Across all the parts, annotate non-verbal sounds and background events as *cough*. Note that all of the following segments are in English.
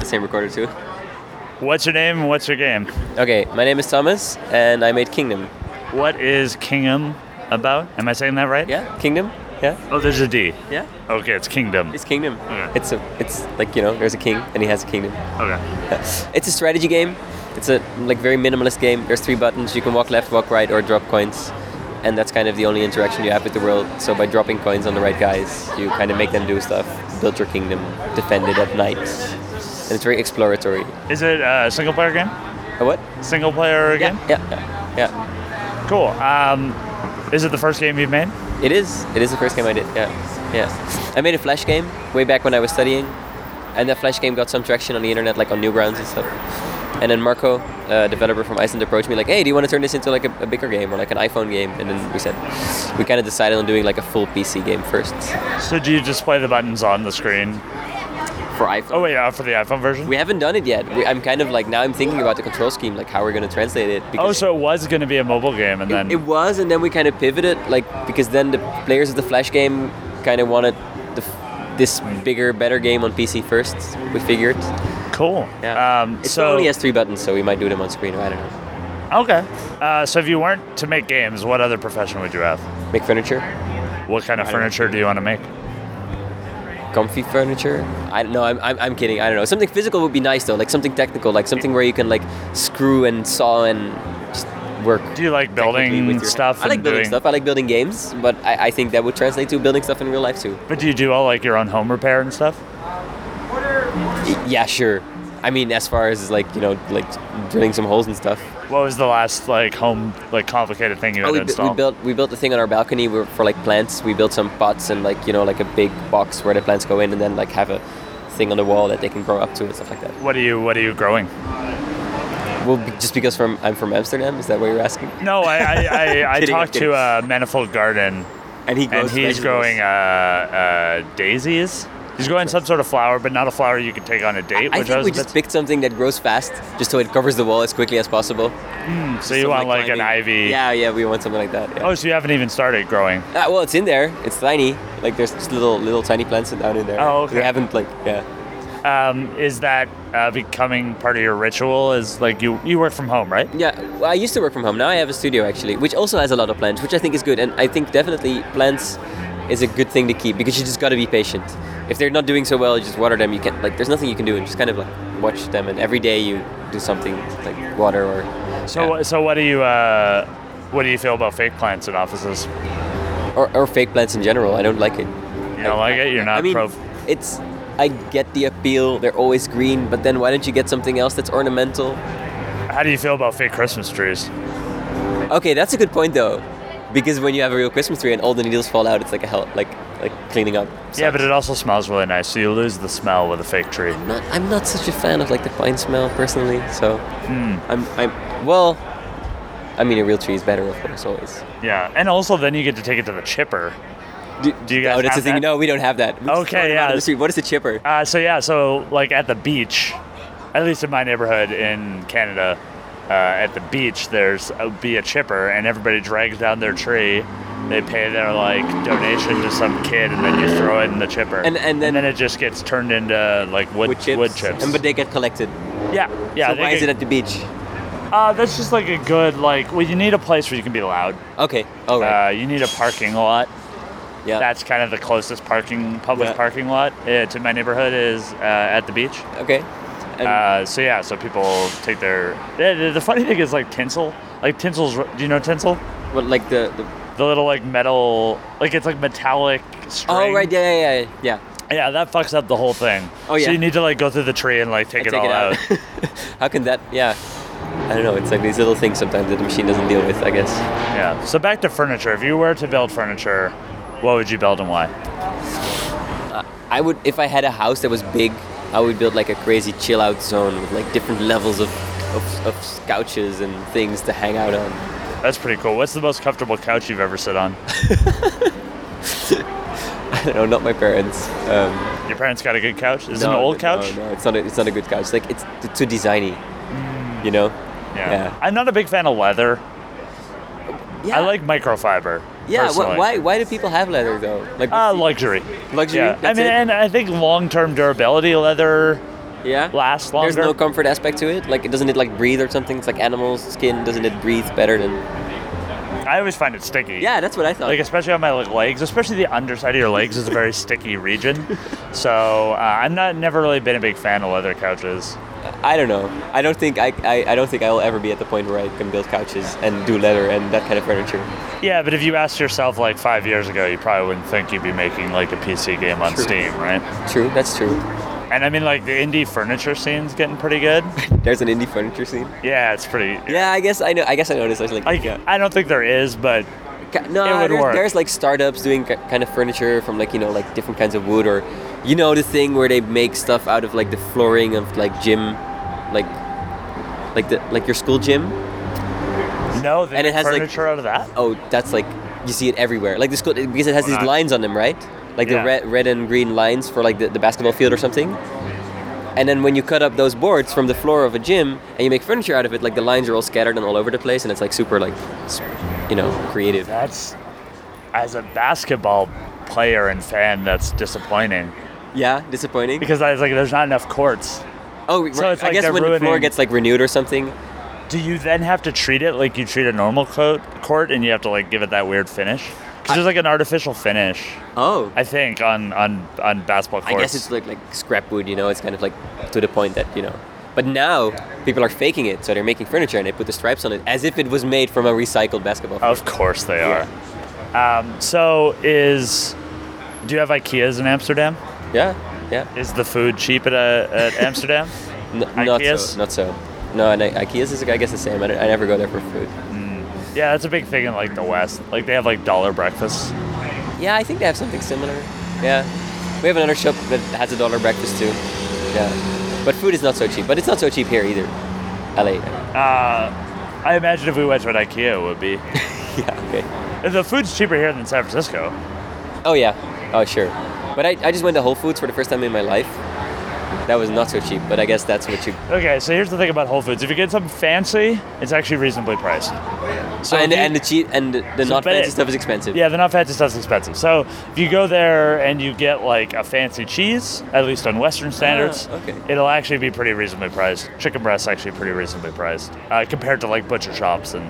the same recorder too. What's your name and what's your game? Okay, my name is Thomas, and I made Kingdom. What is Kingdom about? Am I saying that right? Yeah, Kingdom. Yeah, Oh, there's a D. yeah. Okay, it's Kingdom. It's Kingdom. Okay. It's a, it's like you know, there's a king and he has a kingdom. *laughs* Okay. It's a strategy game. It's a like very minimalist game. There's three buttons. You can walk left, walk right, or drop coins, and that's kind of the only interaction you have with the world. So by dropping coins on the right guys, you kind of make them do stuff, build your kingdom, defend it at night, and it's very exploratory. Is it a single player game? A what? Single player game? Yeah, yeah, yeah. Cool. Um, is it the first game you've made? It is. It is the first game I did. Yeah, yeah. I made a flash game way back when I was studying, and that flash game got some traction on the internet, like on Newgrounds and stuff. And then Marco, uh, a developer from Iceland, approached me like, "Hey, do you want to turn this into like a, a bigger game or like an iPhone game?" And then we said, we kind of decided on doing like a full PC game first So do you display the buttons on the screen? for iPhone. Oh wait, uh, for the iPhone version. We haven't done it yet. We, I'm kind of like now I'm thinking about the control scheme, like how we're gonna translate it. oh, so it was going to be a mobile game, and then It, it was, and then we kind of pivoted, like because then the players of the Flash game kind of wanted the, f- this bigger, better game on PC first. We figured. cool. Yeah. Um, it so only has three buttons, so we might do them on screen. I don't know. okay. Uh, so if you weren't to make games, what other profession would you have? Make furniture, What kind of furniture do you want to make? comfy furniture. I don't know. I'm, I'm, I'm kidding. I don't know. Something physical would be nice though, like something technical, like something where you can like screw and saw and just work. Do you like technically with building your- stuff? I like and building doing, stuff. I like building games, but I, I think that would translate to building stuff in real life too. But do you do all like your own home repair and stuff? Y- Yeah, sure. I mean, as far as like you know, like drilling some holes and stuff. What was the last like home like complicated thing you had Oh, we, bu- we installed? built we built the thing on our balcony we were- for like plants. We built some pots and like you know like a big box where the plants go in, and then like have a thing on the wall that they can grow up to and stuff like that. what are you What are you growing? Well, be- just because from I'm from Amsterdam, is that what you're asking? No, I *laughs* I, I, I Kidding, talked kidding. to uh, Manifold Garden, And he and he's growing uh, uh, daisies. He's growing some sort of flower, but not a flower you could take on a date. I which think was we a just bit- picked something that grows fast, just so it covers the wall as quickly as possible. so you want like an ivy? Yeah, yeah, we want something like that. Yeah. Oh, so you haven't even started growing. Ah, well, it's in there. It's tiny. Like there's just little little tiny plants down in there. Oh, okay. We haven't like yeah. Um, is that uh, becoming part of your ritual? Is like you you work from home, right? Yeah, well, I used to work from home. Now I have a studio actually, which also has a lot of plants, which I think is good. And I think definitely plants is a good thing to keep because you just got to be patient. If they're not doing so well, you just water them. You can not like there's nothing you can do. And just kind of like watch them. And every day you do something like water or. So yeah. what so what do you uh, what do you feel about fake plants in offices? or, or fake plants in general. I don't like it. You don't like it? You're not I mean, pro. it's. I get the appeal. They're always green, but then why don't you get something else that's ornamental? How do you feel about fake Christmas trees? Okay, that's a good point though, because when you have a real Christmas tree and all the needles fall out, it's like a hell, like like cleaning up. Yeah, but it also smells really nice, so you lose the smell with a fake tree. not, I'm not such a fan of like the pine smell personally. So Hmm. I'm, I'm well. I mean, a real tree is better, of course, always. Yeah, and also then you get to take it to the chipper. Do, do you guys Oh, that's have the thing. that? No, we don't have that. We just Okay, throw them out yeah. on the street. What is a chipper? Uh, so yeah, so like at the beach, at least in my neighborhood in Canada, uh, at the beach there's a, be a chipper, and everybody drags down their tree. They pay their like donation to some kid, and then you throw it in the chipper, And- and then- it just gets turned into like wood With chips. wood chips. And but they get collected. yeah, yeah. So they why is get- it at the beach? uh, that's just like a good like. Well, you need a place where you can be loud. Okay. All right. Uh, you need a parking lot. yeah. That's kind of the closest parking public Yeah. parking lot uh, to my neighborhood is uh, at the beach. okay. And Uh, so yeah, so people take their. The, the- the funny thing is like tinsel, like tinsel's. Do you know tinsel? what, like the, the The little like metal, like it's like metallic string. oh right, yeah, yeah, yeah, yeah. Yeah, that fucks up the whole thing. Oh, yeah. So you need to like go through the tree and like take, I it all out. *laughs* How can that? Yeah. I don't know. It's like these little things sometimes that the machine doesn't deal with. I guess. yeah. So back to furniture. If you were to build furniture, what would you build and why? I would if I had a house that was big, I would build like a crazy chill out zone with like different levels of of, of couches and things to hang out on. *laughs* That's pretty cool. What's the most comfortable couch you've ever sit on? I don't know, not my parents. Um, Your parents got a good couch? Is it an no, old no, couch? No, it's not. A, it's not a good couch. Like it's t- too designy. You know. Yeah. I'm not a big fan of leather. Yeah. I like microfiber. Yeah. personally. Why, why? Why do people have leather though? Like. what's Uh, the- luxury. Luxury, Yeah. I that's mean, it? and I think long-term durability leather Yeah. last longer. There's no comfort aspect to it. Like, doesn't it like breathe or something? It's like animals' skin. Doesn't it breathe better than? I always find it sticky. Yeah, that's what I thought. Like especially on my like, legs, especially the underside of your legs is *laughs* a very sticky region. So uh, I'm not never really been a big fan of leather couches. I don't know. I don't think I, I, I don't think I'll ever be at the point where I can build couches and do leather and that kind of furniture. Yeah, but if you asked yourself like five years ago, you probably wouldn't think you'd be making like a PC game on True. Steam, right? True, that's true. And I mean like the indie furniture scene's getting pretty *laughs* good. There's an indie furniture scene. Yeah, it's pretty. Yeah, I guess I know. I guess I noticed. I was like, Like yeah. I don't think there is, but Ca- No, It would there's, work. there's like startups doing ki- kind of furniture from like you know like different kinds of wood or, you know the thing where they make stuff out of like the flooring of like gym, like, like the like your school gym. no, they And it make has, like- furniture out of that. Oh, that's like you see it everywhere. Like the school because it has these Well, I- lines on them, right? Like Yeah. the red, red and green lines for like the, the basketball field or something. And then when you cut up those boards from the floor of a gym and you make furniture out of it, like the lines are all scattered and all over the place, and it's like super like, s- you know, creative. That's as a basketball player and fan, that's disappointing Yeah, disappointing. because I was like, there's not enough courts. Oh, So right. it's I like guess they're when the floor ruining- gets like renewed or something. Do you then have to treat it like you treat a normal coat, court, and you have to like give it that weird finish? Because there's like an artificial finish, Oh, I, I think, on on on basketball courts. guess it's like like scrap wood. You know, it's kind of like to the point that you know. But now people are faking it, so they're making furniture and they put the stripes on it as if it was made from a recycled basketball. field. of course they are. Um, so is do you have IKEAs in Amsterdam? Yeah, yeah. Is the food cheap at, uh, at Amsterdam? N- not Ikeas? so. Not so. No, and I, IKEA's is I guess the same. I, don't- I never go there for food. Yeah, that's a big thing in like the West. Like they have like dollar breakfasts. Yeah, I think they have something similar. Yeah, we have another shop that has a dollar breakfast too. Yeah, but food is not so cheap. But it's not so cheap here either. LA. Uh, I imagine if we went to an IKEA, it would be. *laughs* Yeah. Okay. the food's cheaper here than San Francisco. Oh yeah. Oh sure. But I, I just went to Whole Foods for the first time in my life. That was not so cheap, but I guess that's what you. Okay, so here's the thing about Whole Foods. If you get something fancy, it's actually reasonably priced. Um, So and, if you- and the cheap and the, the So not bet- fancy stuff is expensive. yeah, the not fancy stuff's expensive. So if you go there and you get like a fancy cheese, at least on Western standards, Ah, okay. it'll actually be pretty reasonably priced. Chicken breast's actually pretty reasonably priced uh, compared to like butcher shops, and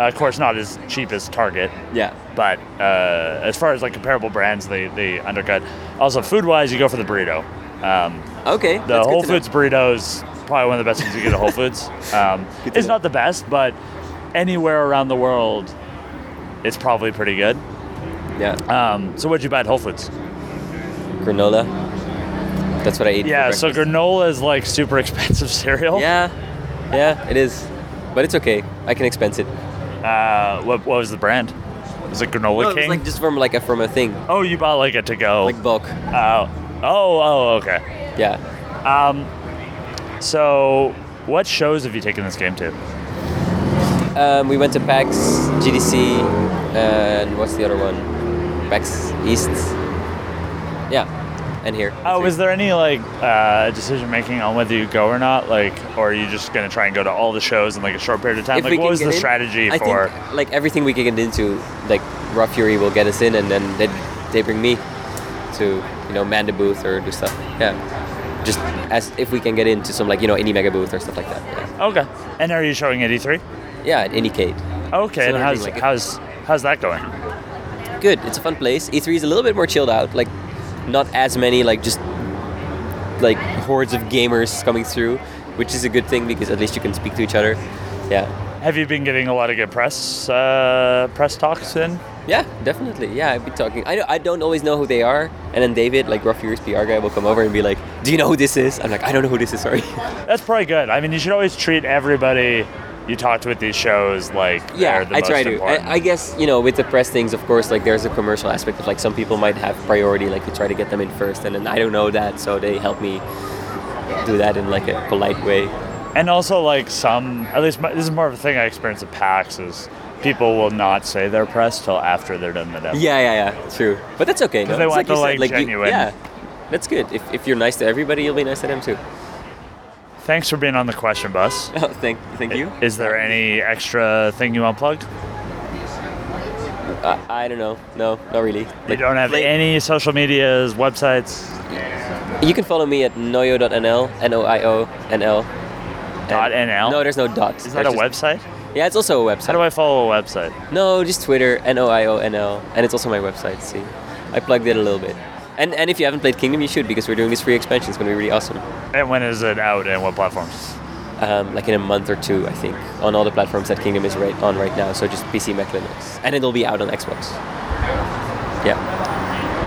uh, of course not as cheap as Target. Yeah. But uh, as far as like comparable brands, they they undercut. Also, food wise, you go for the burrito. Um, Okay. the that's good Whole to know. Foods burrito is probably one of the best things you get at Whole *laughs* Foods. Um, Good to it's know. not the best, but anywhere around the world, it's probably pretty good. Yeah. Um, so what'd you buy at Whole Foods? Granola. That's what I eat. for Yeah, so breakfast. granola is like super *laughs* expensive cereal. Yeah. Yeah, it is. But it's okay. I can expense it. Uh, what, what was the brand? Was it Granola No, it was King? like just from like a from a thing, oh, you bought like a to go. like bulk. oh, oh, oh, okay. Yeah. Um, so what shows have you taken this game to? Um, we went to PAX, GDC, and what's the other one? PAX East. Yeah. And here. Oh, was there any like uh, decision making on whether you go or not? Like, or are you just gonna try and go to all the shows in like a short period of time? If we like, what can was get the in, strategy I for? think, like everything we can get into, like Raw Fury will get us in, and then they, they bring me to you know man the booth or do stuff. Yeah, just as if we can get into some like you know indie mega booth or stuff like that. Yeah, Okay. And are you showing at E3? yeah at Indiecade. Okay. So and I how's think, like, how's how's that going? Good, it's a fun place. E3 is a little bit more chilled out. Like not as many like just like hordes of gamers coming through, which is a good thing because at least you can speak to each other. Yeah. Have you been getting a lot of good press uh, press talks in? Yeah, definitely. Yeah, I'd be talking. I don't, I don't always know who they are. And then David, like Rough Years PR guy, will come over and be like, Do you know who this is? I'm like, I don't know who this is, sorry. That's probably good. I mean, you should always treat everybody you talk to at these shows like they're yeah, the I most try to. important. I, I guess, you know, with the press things, of course, like there's a commercial aspect of like some people might have priority, like you try to get them in first. And then I don't know that, so they help me do that in like a polite way. And also, like some, at least my, this is more of a thing I experience at PAX is people will not say their press till after they're done the demo. Yeah, yeah, yeah, true. But that's okay. No? they It's want like you the, said, like, you- genuine- yeah, that's good. If, if you're nice to everybody, you'll be nice to them too. *laughs* Thanks for being on the question bus. Oh, thank, thank you. Is there any extra thing you unplugged? Uh, I, I don't know. No, not really. You don't have any. any social medias, websites. You can follow me at noyo.nl, N-O-I-O-N-L. And- Dot NL? No, there's no dot. Is that a website? Yeah, it's also a How website. do I follow a website? No, just Twitter, N O I O N L, and it's also my website. See, I plugged it a little bit. And and if you haven't played Kingdom, you should because we're doing this free expansion. It's going to be really awesome. And when is it out and what platforms? Um, like in a month or two, I think, on all the platforms that Kingdom is right on right now. So just PC, Mac, Linux, and it'll be out on Xbox. Yeah.